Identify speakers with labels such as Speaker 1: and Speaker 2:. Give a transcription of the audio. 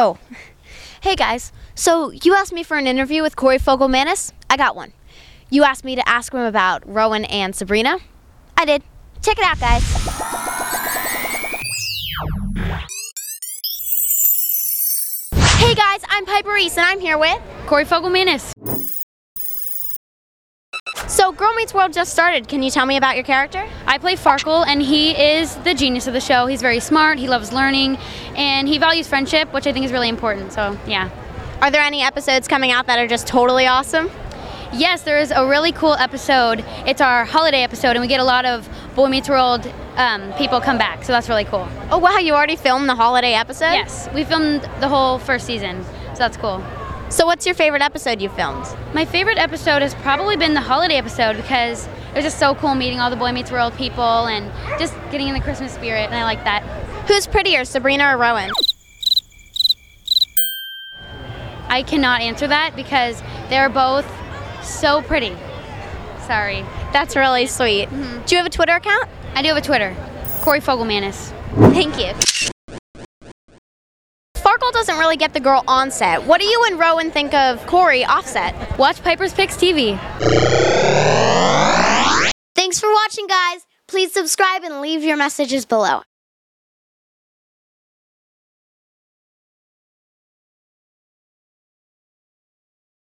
Speaker 1: Oh. Hey guys. So you asked me for an interview with Corey Fogelmanis. I got one. You asked me to ask him about Rowan and Sabrina. I did. Check it out, guys. Hey guys, I'm Piper Reese and I'm here with Corey Fogelmanis. So Girl Meets World just started. Can you tell me about your character?
Speaker 2: I play Farkle, and he is the genius of the show. He's very smart, he loves learning, and he values friendship, which I think is really important. So, yeah.
Speaker 1: Are there any episodes coming out that are just totally awesome?
Speaker 2: Yes, there is a really cool episode. It's our holiday episode, and we get a lot of Boy Meets World um, people come back, so that's really cool.
Speaker 1: Oh wow, you already filmed the holiday episode?
Speaker 2: Yes, we filmed the whole first season, so that's cool.
Speaker 1: So what's your favorite episode you filmed?
Speaker 2: My favorite episode has probably been the holiday episode because it was just so cool meeting all the Boy Meets World people and just getting in the Christmas spirit, and I like that.
Speaker 1: Who's prettier, Sabrina or Rowan?
Speaker 2: I cannot answer that because they're both so pretty. Sorry.
Speaker 1: That's really sweet. Do you have a Twitter account?
Speaker 2: I do have a Twitter, Corey Fogelmanis.
Speaker 1: Thank you. Farkle doesn't really get the girl on set. What do you and Rowan think of Corey offset?
Speaker 2: Watch Piper's Picks TV.
Speaker 3: Thanks for watching, guys. Please subscribe and leave your messages below.